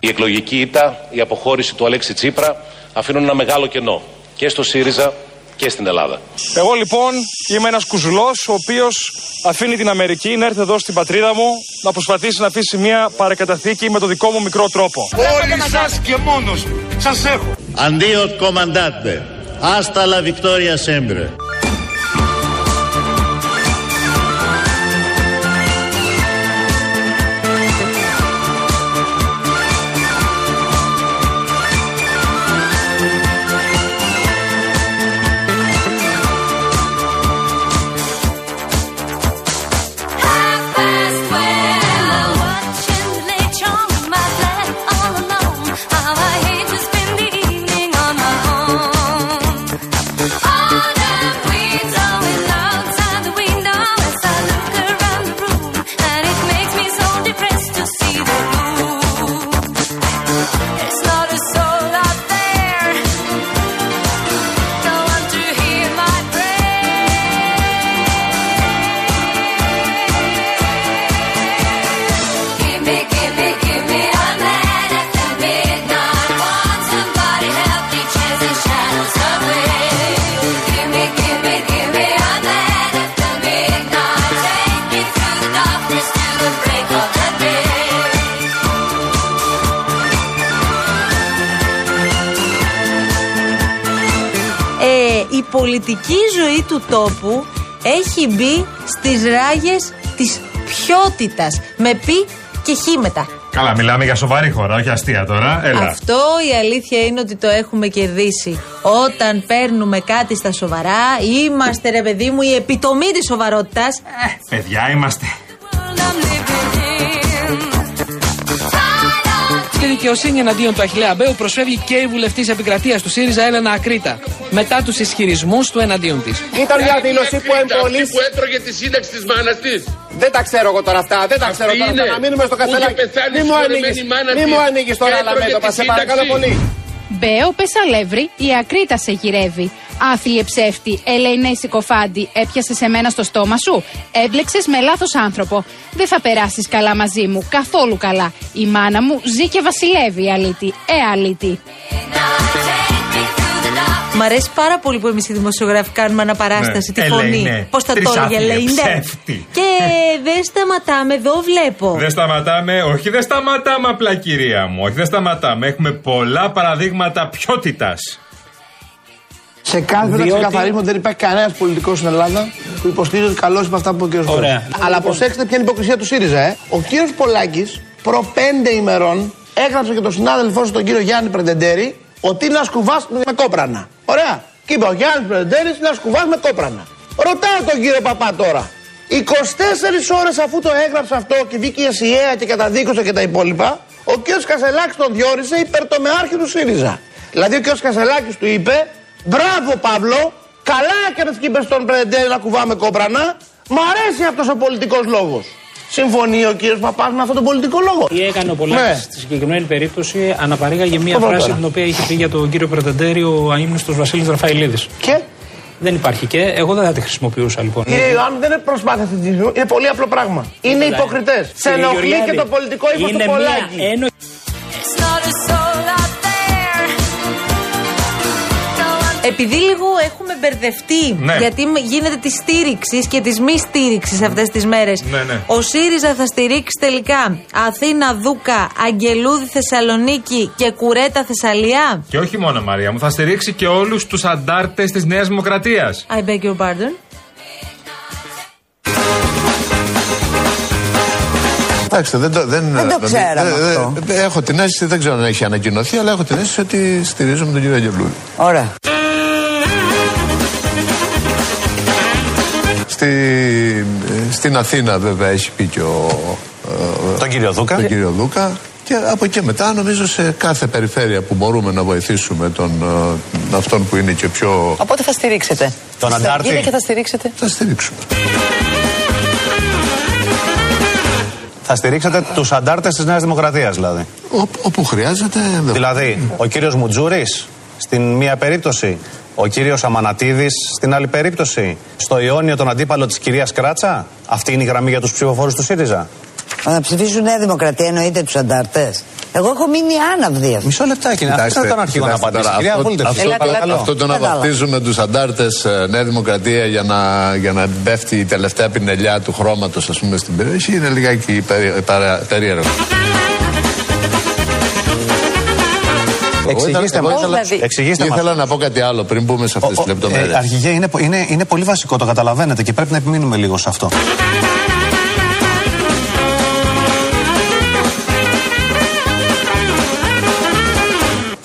Η εκλογική ήττα, η αποχώρηση του Αλέξη Τσίπρα αφήνουν ένα μεγάλο κενό και στο ΣΥΡΙΖΑ και στην Ελλάδα. Εγώ λοιπόν είμαι ένας κουζουλός, ο οποίος αφήνει την Αμερική να έρθει εδώ στην πατρίδα μου να προσπαθήσει να αφήσει μια παρακαταθήκη με το δικό μου μικρό τρόπο. Όλοι σας και μόνος σας έχω. Αντίο κομμαντάτε. Hasta la victoria siempre. Ε, η πολιτική ζωή του τόπου έχει μπει στις ράγες της ποιότητας με πι και χ μετά. Καλά, μιλάμε για σοβαρή χώρα, όχι αστεία τώρα. Έλα. Αυτό η αλήθεια είναι ότι το έχουμε κερδίσει. Όταν παίρνουμε κάτι στα σοβαρά, είμαστε ρε παιδί μου η επιτομή της σοβαρότητας. Ε, παιδιά, είμαστε. Στη δικαιοσύνη εναντίον του Αχηλέα Μπέου προσφεύγει και η βουλευτής επικρατείας του ΣΥΡΙΖΑ Έλενα Ακρίτα μετά τους ισχυρισμούς του εναντίον της. Ήταν μια δήλωση που εμπολή. που έτρωγε τη σύνταξη της μάνας της. Δεν τα ξέρω εγώ τώρα αυτά, δεν τα ξέρω τώρα αυτά. Να μείνουμε στο καστελάκι. Μη μου ανοίγεις, μη μου ανοίγεις τώρα άλλα μέτωπα, σε παρακαλώ πολύ. Μπέο πεσαλεύρη, η ακρίτα σε γυρεύει. Άθλιε ψεύτη, ελεηνέ συκοφάντη, έπιασε σε μένα στο στόμα σου. Έμπλεξες με λάθος άνθρωπο. Δεν θα περάσεις καλά μαζί μου, καθόλου καλά. Η μάνα μου ζει και βασιλεύει, αλήτη. Ε, αλήτη. Μ' αρέσει πάρα πολύ που εμείς οι δημοσιογράφοι κάνουμε αναπαράσταση Ναι. τη φωνή. Ελεηνέ. Πώ τα τόρια Τρισάφυλλε, λέει, ναι. ψεύτη. Ναι. Και δεν σταματάμε, εδώ βλέπω. Δεν σταματάμε, όχι δεν σταματάμε απλά κυρία μου, όχι δεν σταματάμε. Έχουμε πολλά παραδείγματα ποιότητας. Σε κάθε Διότι... ξεκαθαρίσμα ότι δεν υπάρχει κανένας πολιτικός στην Ελλάδα που υποστηρίζει ότι καλός με αυτά που είπε ο κ. Ωραία. Αλλά προσέξτε ποια είναι η υποκρισία του ΣΥΡΙΖΑ. Ε. Ο κ. Πολάκης προ πέντε ημερών έγραψε και τον συνάδελφό του τον κύριο Γιάννη Πρεντεντέρη ότι να σκουβάς με κόπρανα. Ωραία. Και είπε ο Γιάννης Πρεντεντέρης να σκουβάς με κόπρανα. Ρωτάω τον κύριο Παπά τώρα. 24 ώρες αφού το έγραψε αυτό και βγήκε η ΕΣΥΑ και καταδίκωσε και τα υπόλοιπα, ο κ. Κασελάκης τον διόρισε υπερτομεάρχη του ΣΥΡΙΖΑ. Δηλαδή ο κ. Κασελάκης του είπε Μπράβο, Παύλο. Καλά έκανες και είπες στον Πρεντέρη να κουβάμε κόμπρανα. Μ' αρέσει αυτός ο πολιτικός λόγος. Συμφωνεί ο κύριος Παπάς με αυτόν τον πολιτικό λόγο. Ή έκανε ο Πολάκης Ναι. στη συγκεκριμένη περίπτωση αναπαρήγαγε μία Πρώτα. φράση την οποία είχε πει για τον κύριο Πρετεντέρη ο αείμνηστος Βασίλης Ραφαηλίδης. Και Δεν υπάρχει και. Εγώ δεν θα τη χρησιμοποιούσα λοιπόν. κύριε Ιωάννη, δεν είναι προσπάθεια θετισμού, είναι πολύ απλό πράγμα. Είναι υποκριτέ. Σε Κύριε ενοχλεί και Γεωργιάδη, το πολιτικό ύφος του είναι Πολάκη. μία ένο- Επειδή λίγο έχουμε μπερδευτεί, Ναι. γιατί μ- γίνεται τη στήριξη και της μη στήριξης αυτές τις μέρες. Ναι, ναι. Ο ΣΥΡΙΖΑ θα στηρίξει τελικά Αθήνα, Δούκα, Αγγελούδη, Θεσσαλονίκη και Κουρέτα, Θεσσαλία. Και όχι μόνο Μαρία μου, θα στηρίξει και όλους τους αντάρτες της Νέας Δημοκρατίας. I beg your pardon. Κοιτάξτε, δεν το, δεν, Δεν το Ε, Ε, δεν- ξέραμε δεν- δεν- αυτό. δεν- έχω την αίσθηση, δεν ξέρω αν έχει ανακοινωθεί, αλλά έχω την αίσθηση ότι στηρίζουμε τον κύριο Αγγελούλη. Ωραία. Στη, στην Αθήνα, βέβαια, έχει πει και ο. ε, Τον κύριο Δούκα. Τον κύριο Δούκα. Και από εκεί μετά, νομίζω σε κάθε περιφέρεια που μπορούμε να βοηθήσουμε τον, ε, αυτόν που είναι και πιο. Οπότε θα στηρίξετε. Τον Θα αντάρτη. βγείτε και θα στηρίξετε. Θα στηρίξουμε. Θα στηρίξετε τους αντάρτες της Νέας Δημοκρατίας, δηλαδή. Όπου- όπου χρειάζεται. Δηλαδή, ο κύριος Μουτζούρης στην μία περίπτωση. Ο κύριος Αμανατίδης στην άλλη περίπτωση. Στο Ιόνιο τον αντίπαλο της κυρίας Κράτσα. Αυτή είναι η γραμμή για τους ψηφοφόρους του ΣΥΡΙΖΑ. Μα Να ψηφίσουν Νέα Δημοκρατία εννοείται τους αντάρτες. Εγώ έχω μείνει άναυδη. Μισό λεπτάκι, Κοιτάξτε, αυτό ήταν αρχικό να κοιτάξτε απαντήσει. τώρα, Κυρία αυτό- Απόλυτα, αυτό, ευχαριστώ, το- παρακαλώ. αυτό το να Κατάλαβα. βαφτίζουμε τους αντάρτες ε, Νέα Δημοκρατία για να, για να πέφτει η τελευταία πινελιά του χρώματος, ας πούμε, στην περιοχή είναι λιγάκι περί- παρα- περίεργο. Εγώ Εξηγήστε ήθελα- μας. εγώ ήθελα- Δηλαδή- Εξηγήστε μας. Ήθελα να πω κάτι άλλο πριν μπούμε σε αυτές τις λεπτομέρειες. Ε, αρχηγέ, είναι, πο- είναι, είναι πολύ βασικό, το καταλαβαίνετε και πρέπει να επιμείνουμε λίγο σε αυτό.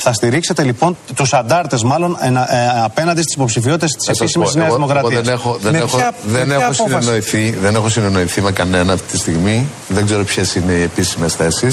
Θα στηρίξετε λοιπόν τους αντάρτες, μάλλον ε, να- ε, απέναντι στις υποψηφιότητες τη Θα σας επίσημη πω, Νέας εγώ- Δημοκρατία. εγώ Δεν έχω, δεν Με έχω, ποια- με δεν ποια έχω, απόφαση? συνεννοηθεί, δεν έχω συνεννοηθεί με κανένα αυτή τη στιγμή. Δεν ξέρω ποιες είναι οι επίσημες θέσεις.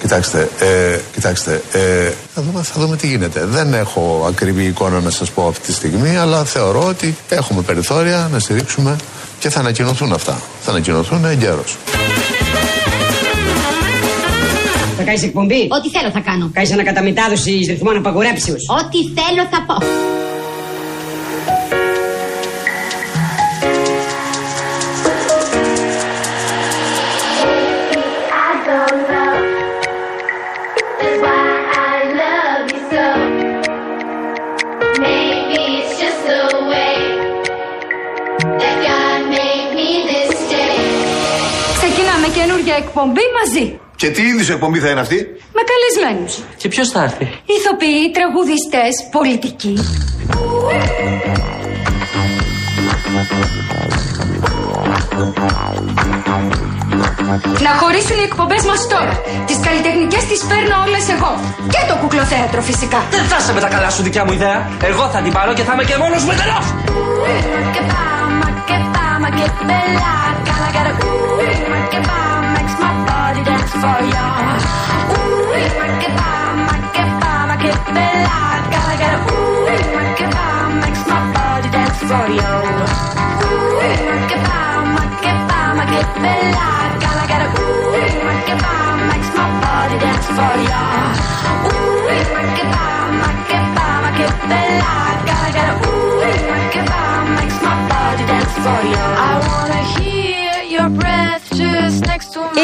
Κοιτάξτε, ε, κοιτάξτε ε, θα, δούμε, θα δούμε τι γίνεται. Δεν έχω ακριβή εικόνα να σας πω αυτή τη στιγμή, αλλά θεωρώ ότι έχουμε περιθώρια να στηρίξουμε και θα ανακοινωθούν αυτά. Θα ανακοινωθούν εγκαίρως. Θα κάνεις εκπομπή. Ό,τι θέλω θα κάνω. Κάνεις ανακαταμετάδοση εις ρυθμών απαγορέψεω. Ό,τι θέλω θα πω. Ξεκινάμε καινούργια εκποmbή μαζί. Και τι είδους εκπομπή θα είναι αυτή. Με καλεσμένους. Και ποιος θα έρθει. Ηθοποιοί, τραγουδιστές, πολιτικοί. Να χωρίσουν οι εκπομπές μας τώρα. Τις καλλιτεχνικές τις παίρνω όλες εγώ. Και το κουκλοθέατρο φυσικά. Δεν θα είσαι με τα καλά σου δικιά μου ιδέα. Εγώ θα την πάρω και θα είμαι και μόνος μου εντελώς.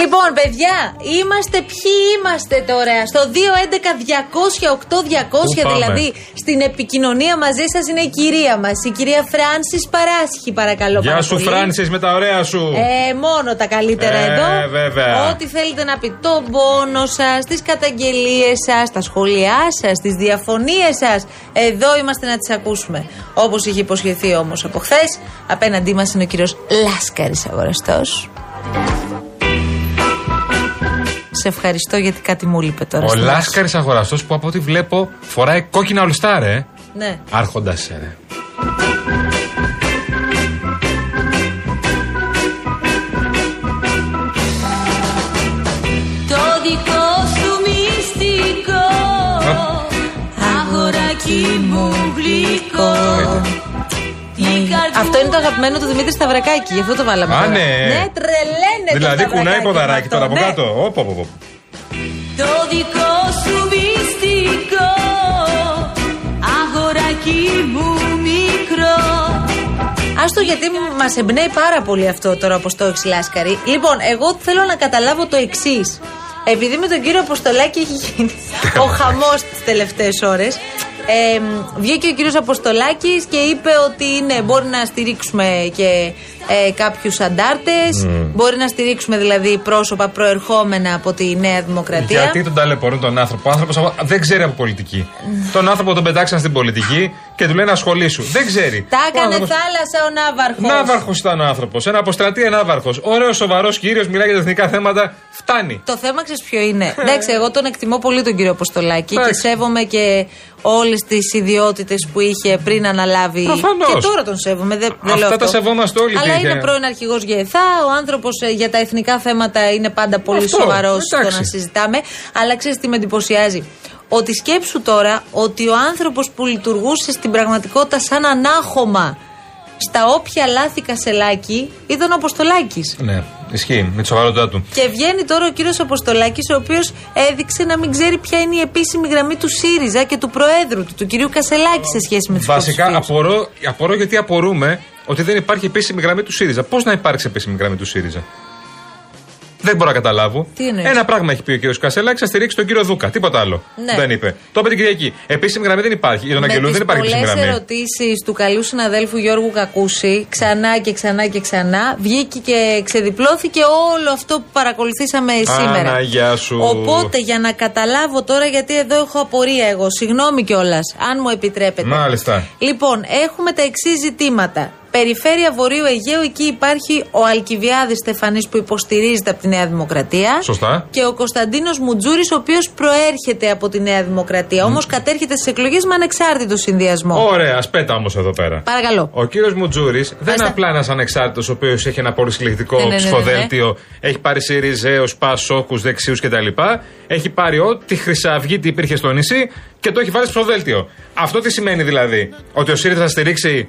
Λοιπόν, παιδιά, είμαστε ποιοι είμαστε τώρα. Στο 211-200-8-200, Πού πάμε? δηλαδή στην επικοινωνία μαζί σας είναι η κυρία μας, η κυρία Φράνσης Παράσχη, παρακαλώ. Γεια πάρα σου, πολύ. Φράνσις, με τα ωραία σου. Ε, μόνο τα καλύτερα Ε, εδώ. βέβαια. Ό,τι θέλετε να πει, τον πόνο σας, τις καταγγελίες σας, τα σχόλιά σας, τις διαφωνίες σας. Εδώ είμαστε να τις ακούσουμε. Όπως είχε υποσχεθεί όμως από χθες, απέναντί μας είναι ο κύριος Λάσκαρης Αγοραστός. Σε ευχαριστώ γιατί κάτι μου λείπε τώρα. Ο στην άκρη. Λάσκαρη αγοραστός που από ό,τι βλέπω φοράει κόκκινα ολιστά, ρε. Ναι. Άρχοντας, ρε. Το δικό σου μυστικό Αγοράκι μου γλυκό Αυτό είναι το αγαπημένο του Δημήτρη Σταυρακάκη, γι' αυτό το βάλαμε. Α, τώρα. ναι. τρελαίνεται. Δηλαδή το κουνάει Σταυρακάκι ποδαράκι με τώρα αυτό. από Ναι. κάτω. Όπα, όπα, όπα. Το δικό σου μυστικό Αγοράκι μου μικρό Άστο γιατί μας εμπνέει πάρα πολύ αυτό τώρα όπως το έχεις λάσκαρη. Λοιπόν, εγώ θέλω να καταλάβω το εξής. Επειδή με τον κύριο Αποστολάκη έχει γίνει ο χαμός τις τελευταίες ώρες. Ε, βγήκε ο κύριος Αποστολάκης και είπε ότι ναι, μπορεί να στηρίξουμε και ε, κάποιους αντάρτες, Μμμ. μπορεί να στηρίξουμε δηλαδή πρόσωπα προερχόμενα από τη Νέα Δημοκρατία. Γιατί τον ταλαιπωρούν τον άνθρωπο. Ο άνθρωπος δεν ξέρει από πολιτική. Τον άνθρωπο τον πετάξαν στην πολιτική και του λένε ασχολήσου. Δεν ξέρει. Τα Ο έκανε άνθρωπος- θάλασσα ο Ναύαρχος. Ναύαρχος ήταν ο άνθρωπος. Ένα αποστρατή ναύαρχος. Ωραίος, σοβαρός κύριος, μιλάει για τα εθνικά θέματα. Φτάνει. Το θέμα ξέρεις ποιο είναι. Εντάξει, εγώ τον εκτιμώ πολύ τον κύριο Αποστολάκη και Εντάξει. σέβομαι και όλες τις ιδιότητες που είχε πριν αναλάβει. Προφανώς. Και τώρα τον σέβομαι. Δεν, δεν Αυτά λέω τα αυτό. σεβόμαστε όλοι, Αλλά τι είναι είχε. πρώην αρχηγός ΓΕΘΑ. Ο άνθρωπος για τα εθνικά θέματα είναι πάντα πολύ Αυτό, σοβαρός στο εντάξει. να συζητάμε. Αλλά ξέρεις τι με εντυπωσιάζει. Ότι σκέψου τώρα ότι ο άνθρωπος που λειτουργούσε στην πραγματικότητα σαν ανάχωμα στα όποια λάθη κασελάκι ήταν ο Αποστολάκης. Ναι, ισχύει με τη σοβαρότητά του. Και βγαίνει τώρα ο κύριος Αποστολάκης, ο οποίος έδειξε να μην ξέρει ποια είναι η επίσημη γραμμή του ΣΥΡΙΖΑ και του Προέδρου του, του κυρίου Κασελάκη, σε σχέση με τους Βασικά απορώ, απορώ γιατί απορούμε ότι δεν υπάρχει επίσημη γραμμή του ΣΥΡΙΖΑ. Πώς να υπάρξει επίσημη γραμμή του ΣΥΡΙΖΑ. Δεν μπορώ να καταλάβω. Τι εννοείς? Ένα πράγμα έχει πει ο κύριος Κασελάκη, θα στηρίξει τον κύριο Δούκα. Τίποτα άλλο. Ναι. Δεν είπε. Το είπε την Κυριακή. Επίσημη γραμμή δεν υπάρχει. Για τον Αγγελούν δεν υπάρχει επίσημη πολλές γραμμή. ερωτήσεις του καλού συναδέλφου Γιώργου Κακούση, ξανά και ξανά και ξανά, βγήκε και ξεδιπλώθηκε όλο αυτό που παρακολουθήσαμε σήμερα. Παναγιά σου. Οπότε για να καταλάβω τώρα, γιατί εδώ έχω απορία εγώ, συγγνώμη κιόλας, αν μου επιτρέπετε. Μάλιστα. Λοιπόν, έχουμε τα εξής ζητήματα. Περιφέρεια Βορείου Αιγαίου, εκεί υπάρχει ο Αλκιβιάδης Στεφανής που υποστηρίζεται από τη Νέα Δημοκρατία. Σωστά. Και ο Κωνσταντίνος Μουτζούρης, ο οποίος προέρχεται από τη Νέα Δημοκρατία. Όμως κατέρχεται στις εκλογές με ανεξάρτητο συνδυασμό. Ωραία, ας πέτα όμως εδώ πέρα. Παρακαλώ. Ο κύριος Μουτζούρης δεν είναι απλά ένας ανεξάρτητος ο οποίος έχει ένα πολυσυλλεκτικό Ναι, ναι, ναι, ναι, ναι. ψηφοδέλτιο, έχει πάρει Σιριζέου, Πασόκου, Δεξιού κτλ. Έχει πάρει ό,τι χρυσαυγίτη υπήρχε στο νησί και το έχει βάλει στο ψηφοδέλτιο. Αυτό τι σημαίνει δηλαδή, ότι ο ΣΥΡΙΖΑ θα στηρίξει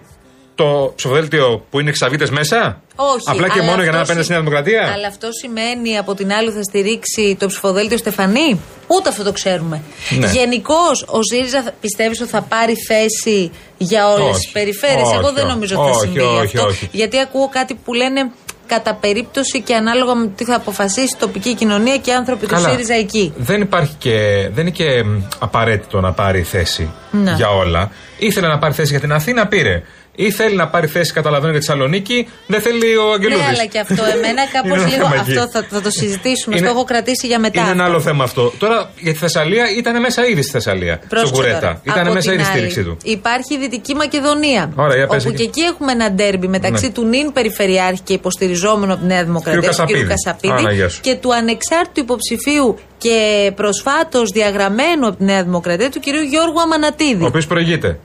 το ψηφοδέλτιο που είναι ξαβίτες μέσα, Όχι. απλά και αλλά μόνο για να αυτό απέναντι στη Νέα συ- Δημοκρατία. Αλλά αυτό σημαίνει από την άλλη θα στηρίξει το ψηφοδέλτιο Στεφανή. Ούτε αυτό το ξέρουμε. Ναι. Γενικώς ο ΣΥΡΙΖΑ πιστεύεις ότι θα πάρει θέση για όλες τις Όχι. περιφέρειες. Όχι, Εγώ δεν όχι. νομίζω ότι θα Όχι, συμβεί όχι, αυτό. όχι. Γιατί ακούω κάτι που λένε κατά περίπτωση και ανάλογα με το τι θα αποφασίσει η τοπική κοινωνία και οι άνθρωποι του Καλά. ΣΥΡΙΖΑ εκεί. Δεν υπάρχει και. Δεν είναι και μ, απαραίτητο να πάρει θέση Ναι. για όλα. Ήθελε να πάρει θέση για την Αθήνα, πήρε. Ή θέλει να πάρει θέση, καταλαβαίνω, για τη Θεσσαλονίκη, δεν θέλει ο Αγγελούδης. Ναι, αλλά και αυτό εμένα Είναι κάπως ένα λίγο. θέμα εκεί. αυτό θα, θα το συζητήσουμε. Είναι- το έχω κρατήσει για μετά. Είναι ένα αυτό. άλλο θέμα αυτό. Τώρα για τη Θεσσαλία ήταν μέσα ήδη στη Θεσσαλία. Πρόσεξε στον Κουρέτα. τώρα. Ήταν Από μέσα την ήδη η άλλη, στήριξή του. Υπάρχει η Δυτική Μακεδονία. Ωραία, για πες όπου εκεί. και εκεί έχουμε ένα ντέρμπι μεταξύ Ναι. του νυν Περιφερειάρχη και υποστηριζόμενου από τη Νέα Δημοκρατία, Κύριου του κ. Κασαπίδη. Κασαπίδη, Άρα, γεια σου. και του ανεξάρτητου υποψηφίου και προσφάτως διαγραμμένου από τη Νέα Δημοκρατία, του κ. Γιώργου Αμανατίδη. Ο οποίος προηγείται.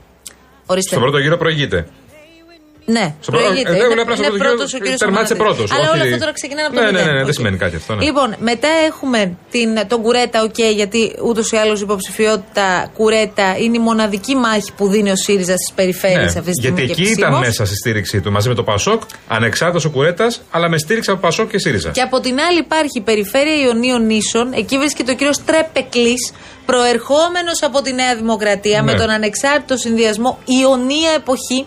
Ορίστε. Στον πρώτο γύρο προηγείται. Ναι, Στον πρώτο- προηγείται. ε, δεν Είναι- βλέπω να στο είναι πρώτο γύρο πρώτος ο κύριος τερμάτισε Αμανατίδης. πρώτος, Αλλά όχι- όλα αυτά τώρα ξεκινάνε από το Ναι, ναι, μηδέν. ναι, ναι, δεν Οκ. σημαίνει κάτι αυτό, ναι. Λοιπόν, μετά έχουμε την, τον Κουρέτα, οκ, γιατί ούτως ή άλλως η υποψηφιότητα Κουρέτα είναι η μοναδική μάχη που δίνει ο ΣΥΡΙΖΑ στις περιφέρειες αυτή τη στιγμή. Ναι. γιατί και εκεί ήταν επισήμως. μέσα στη στήριξή του μαζί με το Πασόκ, ανεξάρτητος ο Κουρέτας, αλλά με στήριξη από Πασόκ και ΣΥΡΙΖΑ. Και από την άλλη υπάρχει η περιφέρεια Ιωνίων Ίσων. Εκεί βρίσκεται ο κύριος Τρέπεκλης, προερχόμενος από τη Νέα Δημοκρατία, Ναι. με τον ανεξάρτητο συνδυασμό Ιωνία Εποχή.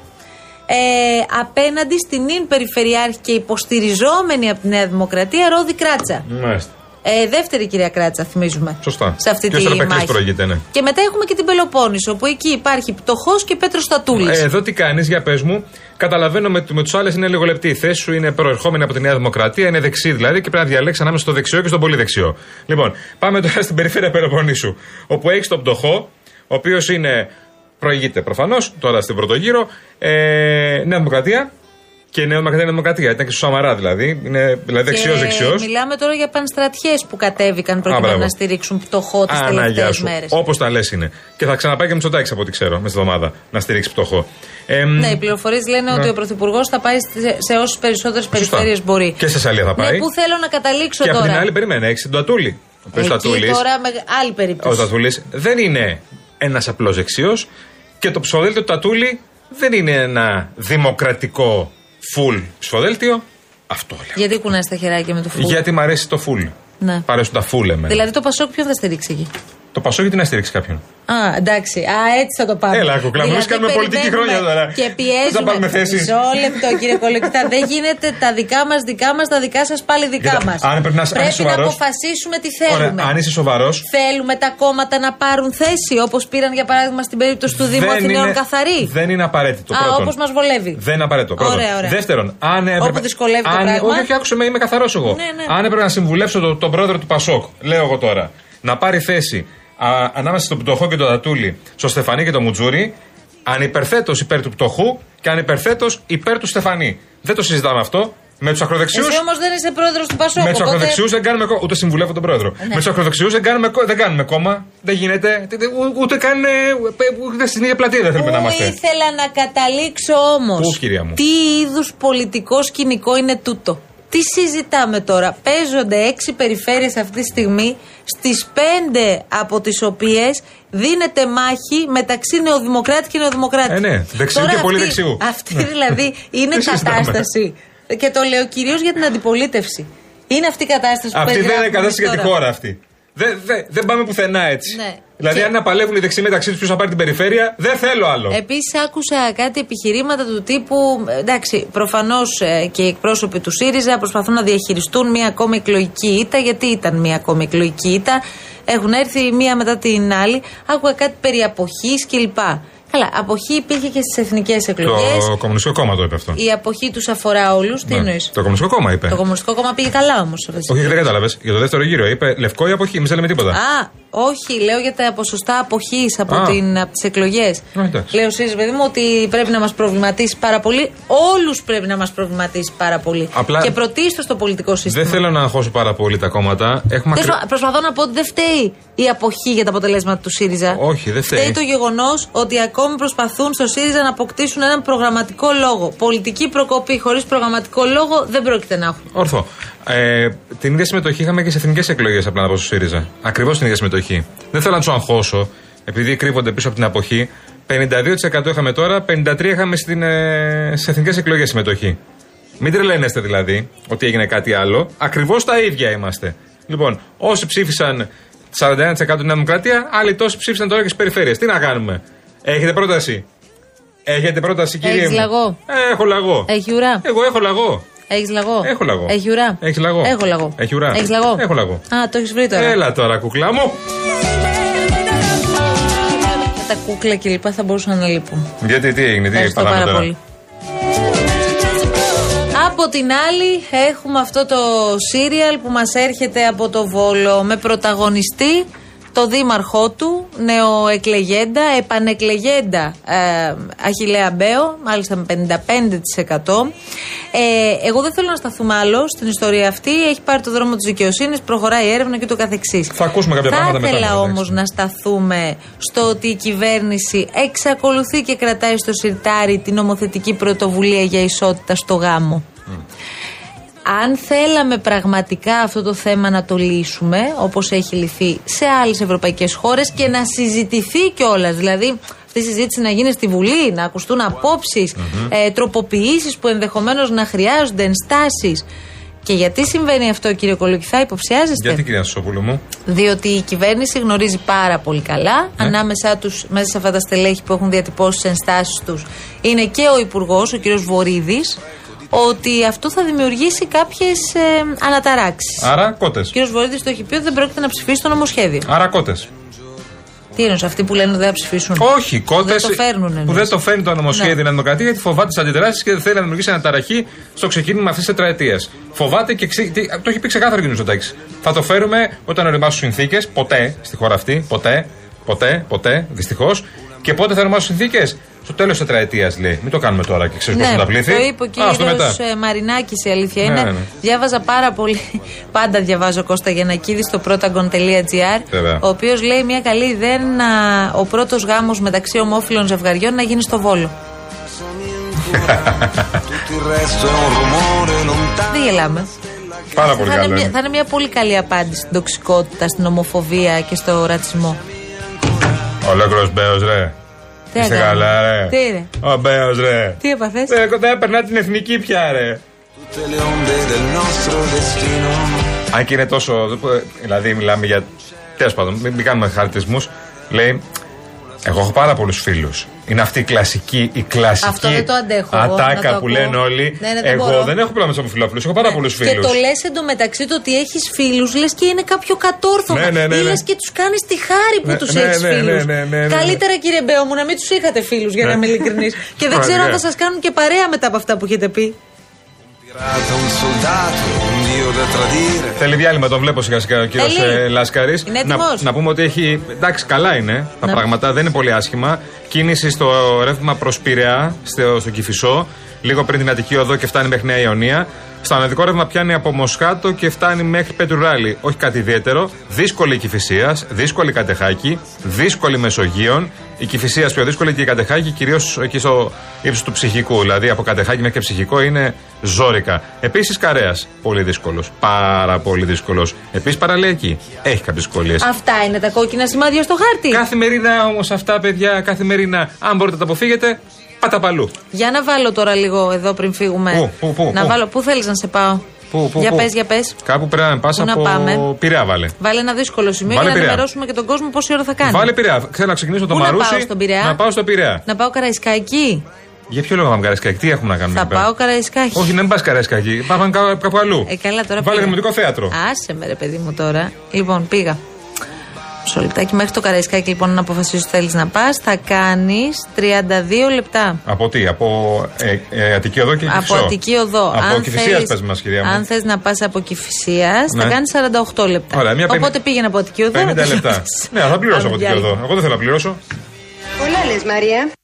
Ε, απέναντι στην ίν περιφερειάρχη και υποστηριζόμενη από τη Νέα Δημοκρατία, Ρόδη Κράτσα. Μάλιστα. Ε, δεύτερη κυρία Κράτσα, θυμίζουμε. Σωστά. Σε αυτή Ποιος τη ήταν ο Πεκλής μάχη. προηγείται, ναι. Και μετά έχουμε και την Πελοπόννησο, όπου εκεί υπάρχει Πτωχός και Πέτρος Στατούλης. Ε, Εδώ τι κάνεις, για πες μου. Καταλαβαίνω με, με τους άλλες είναι λίγο λεπτή. Η θέση σου είναι προερχόμενη από τη Νέα Δημοκρατία, είναι δεξί δηλαδή και πρέπει να διαλέξει ανάμεσα στο δεξιό και στον πολύ δεξιό. Λοιπόν, πάμε τώρα στην περιφέρεια Πελοποννήσου, όπου έχεις τον πτωχό, ο οποίος είναι. Προηγείται προφανώς, τώρα στην πρώτο γύρο. Ε, Νέα Δημοκρατία και Νέα Δημοκρατία, Νέα Δημοκρατία. Ήταν και στο Σαμαρά δηλαδή. Είναι, δηλαδή δεξιό-δεξιό. Μιλάμε τώρα για πανστρατιές που κατέβηκαν προκειμένου μπράβο. να στηρίξουν πτωχό τις Αναγιά τελευταίε σου. μέρες. Όπως τα λες είναι. Και θα ξαναπάει και με από ό,τι ξέρω, μέσα στη εβδομάδα να στηρίξει πτωχό. Εμ, Ναι, οι πληροφορίες λένε Ναι. ότι ο Πρωθυπουργός θα πάει σε, σε όσες περισσότερες Σωστά. περιφέρειες μπορεί. Και στη Θεσσαλία θα πάει. Ναι, πού θέλω να καταλήξω και τώρα. απ' την άλλη, περίμενε, έχει τον Τατούλη. Ο οποίο Εκεί Τατούλη τώρα με άλλη ο περίπτωση. Τατούλης δεν είναι ένας απλός δεξιός και το ψηφοδέλτιο του Τατούλη δεν είναι ένα δημοκρατικό full ψηφοδέλτιο. Αυτό λέω. Γιατί κουνάς τα χεράκια με το φούρνο. Γιατί μ' αρέσει το full. Ναι. Μ' αρέσουν τα full εμένα. Δηλαδή το Πασόκ ποιον θα στηρίξει εκεί. Το Πασό γιατί να στηρίξει κάποιον. Α, εντάξει. Α, έτσι θα το πάμε. Έλα, κουκλά μου, Δηλαδή, εμείς κάνουμε πολιτική περιμένουμε χρόνια τώρα. Και Δεν πιέζουμε. θα πάρουμε θέση. Μισό λεπτό, κύριε Κολοκυθά. Δεν γίνεται τα δικά μας δικά μας, τα δικά σας πάλι δικά Κοίτα, μας. αν πρέπει να- αν είσαι σοβαρός- αποφασίσουμε τι θέλουμε. Ωραία, αν είσαι σοβαρός. Θέλουμε τα κόμματα να πάρουν θέση, όπως πήραν για παράδειγμα στην περίπτωση του Δήμου Αθηναίων καθαρή. δεν είναι απαραίτητο. Α, πρώτον. όπως μας βολεύει. Δεν είναι απαραίτητο. Πρώτον. Ωραία, ωραία. Δεύτερον, αν έπρεπε. Όπου δυσκολεύει το αν, πράγμα. Όχι, όχι, άκουσε με, είμαι καθαρός εγώ. Ναι, ναι. Αν έπρεπε να συμβουλέψω το- τον πρόεδρο του Πασόκ, λέω εγώ τώρα, να πάρει θέση α, ανάμεσα στον Πτωχό και τον Τατούλη, στον Στεφανή και τον Μουτζούρη, ανυπερθέτως υπέρ του Πτωχού και ανυπερθέτως υπέρ του Στεφανή. Δεν το συζητάμε αυτό. Με τους ακροδεξιούς. Εσύ όμως δεν είσαι πρόεδρος του Πασόκ. Με τους οπότε- ακροδεξιούς δεν κάνουμε κόμμα. Ούτε συμβουλεύω τον πρόεδρο. Ναι. Με τους ακροδεξιούς δεν, κάνουμε κο- δεν κάνουμε κόμμα. Δεν γίνεται. Τι- τι- ο- Ούτε καν. ε, πε- Ούτε στην ίδια πλατεία δεν θέλουμε να Πού είμαστε. ήθελα να καταλήξω όμως. Πού, κυρία μου? Τι είδους πολιτικό σκηνικό είναι τούτο. Τι συζητάμε τώρα. Παίζονται έξι περιφέρειες αυτή τη στιγμή, στις πέντε από τις οποίες δίνεται μάχη μεταξύ νεοδημοκράτη και νεοδημοκράτη. Ε, ναι. Δεξιού Τώρα και πολύ αυτή- δεξιού. Αυτή Ναι. δηλαδή είναι Τι συζητάμε. κατάσταση. Και το λέω κυρίως για την αντιπολίτευση. Είναι αυτή η κατάσταση που Αυτή δεν είναι περιγράφουμε κατάσταση για τη τώρα. χώρα αυτή. Δεν δε, δεν πάμε πουθενά έτσι. Ναι. Δηλαδή, αν να παλεύουν οι δεξιοί μεταξύ τους ποιος θα πάρει την περιφέρεια, δεν θέλω άλλο. Επίσης, άκουσα κάτι επιχειρήματα του τύπου. ε, Εντάξει, προφανώς και οι εκπρόσωποι του ΣΥΡΙΖΑ προσπαθούν να διαχειριστούν μία ακόμη εκλογική ήττα, γιατί ήταν μία ακόμη εκλογική ήττα. Έχουν έρθει μία μετά την άλλη. Άκουγα κάτι περί αποχής κλπ. Καλά, αποχή υπήρχε και στις εθνικές εκλογέ. Το Κομμουνιστικό Κόμμα το είπε αυτό. Η αποχή τους αφορά όλους. Ε, Τι Ναι. εννοείς. Το Κομμουνιστικό Κόμμα είπε. Το Κομμουνιστικό Κόμμα πήγε καλά όμως. Όχι, δεν κατάλαβες. Για το δεύτερο γύρο είπε λευκό ή αποχή, εμεί δεν λέμε τίποτα. Α, όχι, λέω για τα ποσοστά αποχής από, Α. την- από τις εκλογές. Α, εντάξει. Λέω ΣΥΡΙΖΑ, παιδί μου, ότι πρέπει να μας προβληματίσει πάρα πολύ. Όλους πρέπει να μας προβληματίσει πάρα πολύ. Απλά- Και πρωτίστως το πολιτικό σύστημα. Δεν θέλω να αγχώσω πάρα πολύ τα κόμματα. Έχουμε Δεν ακρι- σπα- Προσπαθώ να πω ότι δεν φταίει η αποχή για τα αποτελέσματα του ΣΥΡΙΖΑ. Όχι, δεν Φταίει φταίει. το γεγονός ότι ακόμη προσπαθούν στο ΣΥΡΙΖΑ να αποκτήσουν έναν προγραμματικό λόγο. Πολιτική προκοπή χωρίς προγραμματικό λόγο δεν πρόκειται να έχουν. Ορθό. Ε, την ίδια συμμετοχή είχαμε και σε εθνικές εκλογές απλά να πω στο ΣΥΡΙΖΑ. Ακριβώς την ίδια συμμετοχή. Δεν θέλω να του αγχώσω, επειδή κρύβονται πίσω από την αποχή. 52% είχαμε τώρα, 53% είχαμε στην, ε, σε εθνικές εκλογές συμμετοχή. Μην τρελαίνεστε δηλαδή ότι έγινε κάτι άλλο. Ακριβώς τα ίδια είμαστε. Λοιπόν, όσοι ψήφισαν 41% τη Νέα Δημοκρατία, άλλοι τόσοι ψήφισαν τώρα και στις περιφέρειες. Τι να κάνουμε. Έχετε πρόταση. Έχετε πρόταση, κύριε. Έχεις μου? λαγό. Ε, έχω λαγό. Έχει ουρά. Εγώ έχω λαγό. Έχεις λαγό. Έχω λαγό. Έχεις ουρά. Έχεις λαγό. Έχω λαγό. Έχεις ουρά. Έχεις λαγό. Έχω λαγό. Ε, Α, το έχεις βρει τώρα. Έλα τώρα, κουκλά μου. Και τα κούκλα και λοιπά θα μπορούσαν να λείπουν. Γιατί τι έγινε, τι Ευχαριστώ πάρα Ε, τώρα. πολύ. Από την άλλη έχουμε αυτό το σύριαλ που μας έρχεται από το Βόλο με πρωταγωνιστή το δήμαρχό του, νεοεκλεγέντα, επανεκλεγέντα ε, Αχιλέα Μπέο, μάλιστα με 55%. Ε, εγώ δεν θέλω να σταθούμε άλλο στην ιστορία αυτή. Έχει πάρει το δρόμο της δικαιοσύνης, προχωράει η έρευνα και το καθεξής. Θα ακούσουμε κάποια Θα πράγματα μετά. ήθελα εντάξει. όμως να σταθούμε στο ότι η κυβέρνηση εξακολουθεί και κρατάει στο σιρτάρι την νομοθετική πρωτοβουλία για ισότητα στο γάμο. Αν θέλαμε πραγματικά αυτό το θέμα να το λύσουμε, όπως έχει λυθεί σε άλλες ευρωπαϊκές χώρες και να συζητηθεί κιόλας, δηλαδή αυτή η συζήτηση να γίνει στη Βουλή, να ακουστούν απόψεις, ε, τροποποιήσεις που ενδεχομένως να χρειάζονται, ενστάσεις. Και γιατί συμβαίνει αυτό κύριε Κολοκυθά, υποψιάζεστε. Γιατί κυρία Σωσοπούλου μου. Διότι η κυβέρνηση γνωρίζει πάρα πολύ καλά. Ναι. Ανάμεσά τους, μέσα σε αυτά τα στελέχη που έχουν διατυπώσει τις ενστάσεις τους, είναι και ο Υπουργός, ο κ. Βορύδης, ότι αυτό θα δημιουργήσει κάποιες ε, αναταράξεις. Άρα κότες. Ο κ. Βορύδης το έχει πει ότι δεν πρόκειται να ψηφίσει το νομοσχέδιο. Άρα κότες. Τι εννοείς αυτοί που λένε ότι δεν θα ψηφίσουν. Όχι, κότε. Δεν το φέρνουν Που εννοείς. δεν το φέρνει το νομοσχέδιο Ναι. η Νέα Δημοκρατία γιατί φοβάται τις αντιδράσεις και δεν θέλει να δημιουργήσει αναταραχή στο ξεκίνημα αυτής της τετραετίας. Φοβάται και. Ξε... τι- Το έχει πει ξεκάθαρο ο Ζωντάκη. Θα το φέρουμε όταν οριμάσουν συνθήκες. Ποτέ στη χώρα αυτή. Ποτέ. Ποτέ. Ποτέ. Δυστυχώς. Και πότε θα οριμάσουν συνθήκες. Στο τέλος της τετραετίας λέει. Μην το κάνουμε τώρα και ξέρεις πώ Ναι, θα τα πλήθη. το είπε ο Άστο κύριος μετά. Μαρινάκης, η αλήθεια Ναι, είναι. ναι. Διάβαζα πάρα πολύ. Πάντα διαβάζω Κώστα Γιανακίδη στο protagon.gr. Βέβαια. Ο οποίος λέει μια καλή ιδέα είναι να, ο πρώτος γάμος μεταξύ ομόφυλων ζευγαριών να γίνει στο Βόλο. Δεν γελάμε. Πάρα πολύ θα, ναι. είναι καλό. μια, είναι. θα είναι μια πολύ καλή απάντηση στην τοξικότητα, στην ομοφοβία και στο ρατσισμό. Ολόκληρος Μπέος, ρε. Τι Είστε έκανε? καλά, ρε. Τι, ρε? Ο Μπέος, ρε. Τι έπαθες. Ε, Δεν έπαιρνα την εθνική πια, ρε. Αν και είναι τόσο. Δηλαδή, μιλάμε για. Τέλος πάντων, μην, μην κάνουμε χαρτισμούς. Λέει, εγώ έχω πάρα πολλούς φίλους. Είναι αυτή η κλασική, η κλασική Αυτό δεν το αντέχω εγώ, να ατάκα το που ακούω. λένε όλοι. Ναι, ναι, δεν εγώ μπορώ. Ε, δεν έχω πρόβλημα με τους ομοφυλόφιλους, έχω πάρα πολλούς Και φίλου. το λες εντωμεταξύ το ότι έχεις φίλους, λες και είναι κάποιο κατόρθωμα. Ναι, ναι, ναι, Ή λες ναι. και τους κάνεις τη χάρη που Ναι, τους ναι, έχεις ναι, ναι, φίλους. ναι, ναι, ναι, ναι. Καλύτερα, κύριε Μπέο, μου να μην τους είχατε φίλους, για να Ναι. είμαι ειλικρινής. και δεν ξέρω αν θα σας κάνουν και παρέα μετά από αυτά που έχετε πει. Θέλει διάλειμμα, τον βλέπω σιγά σιγά ο κύριος Θέλει. Λάσκαρης. Είναι Να, έτοιμος. να πούμε ότι έχει. Εντάξει, καλά είναι τα Να. πράγματα, δεν είναι πολύ άσχημα. Κίνηση στο ρεύμα προς Πειραιά, στο, στο Κυφισό, λίγο πριν την Αττική Οδό και φτάνει μέχρι Νέα Ιωνία. Στο αναδικό ρεύμα πιάνει από Μοσχάτο και φτάνει μέχρι Πετρουράλι. Όχι κάτι ιδιαίτερο. Δύσκολη η Κυφυσίας, δύσκολη η Κατεχάκη, δύσκολη Μεσογείων. Η Κυφυσία πιο δύσκολη και η Κατεχάκη κυρίως εκεί στο ύψος του ψυχικού. Δηλαδή από Κατεχάκη μέχρι και ψυχικό είναι ζώρικα. Επίσης Καρέας. Πολύ δύσκολος. Πάρα πολύ δύσκολος. Επίσης Παραλιακή. Έχει κάποιες δυσκολίες. Αυτά είναι τα κόκκινα σημάδια στο χάρτη. Ε. Καθημερινά όμως αυτά, παιδιά, καθημερινά. Αν μπορείτε να τα αποφύγετε, πάτα παλού. Για να βάλω τώρα λίγο εδώ πριν φύγουμε. Πού, πού, πού, να πού? βάλω. Πού θέλεις να σε πάω. Πού, πού, για πού? πες, για πες. Κάπου πρέπει να πας Πού να από πάμε? Πειραιά, βάλε. Βάλε ένα δύσκολο σημείο Βάλε για να Πειραιά. ενημερώσουμε και τον κόσμο πόση ώρα θα κάνει. Βάλε Πειραιά. Θέλω να ξεκινήσω το Πού να Μαρούσι. πάω στον Πειραιά? Να πάω στο Πειραιά. Να πάω καραϊσκάκι. Για ποιο λόγο να πάμε καρέσκακι, τι έχουμε να κάνουμε Θα εκεί Ναι, πέρα? πάω καραϊσκάκι. Όχι, να μην πα καρέσκακι. Πάμε κά- κάπου αλλού. Ε, καλά, τώρα Βάλε πήγα. δημοτικό θέατρο. Άσε με ρε παιδί μου τώρα. Λοιπόν, πήγα. Μισό λεπτάκι μέχρι το καραϊσκάκι λοιπόν να αποφασίσεις ότι θέλεις να πας. Θα κάνεις 32 λεπτά. Από τι, από ε, ε, Αττική Οδό και Από Κυφισό. Αττική Οδό. Από Κυφισίας πες μας, κυρία μου. αν θες να πας από Κυφυσία, θα Ναι. κάνεις 48 λεπτά. Ωραία, μια πενη- Οπότε πήγαινε από Αττική Οδό. 50 λεπτά. ναι, θα πληρώσω από Αττική διάλειμμα. Οδό. Εγώ δεν θέλω να πληρώσω. Πολλά λες, Μαρία.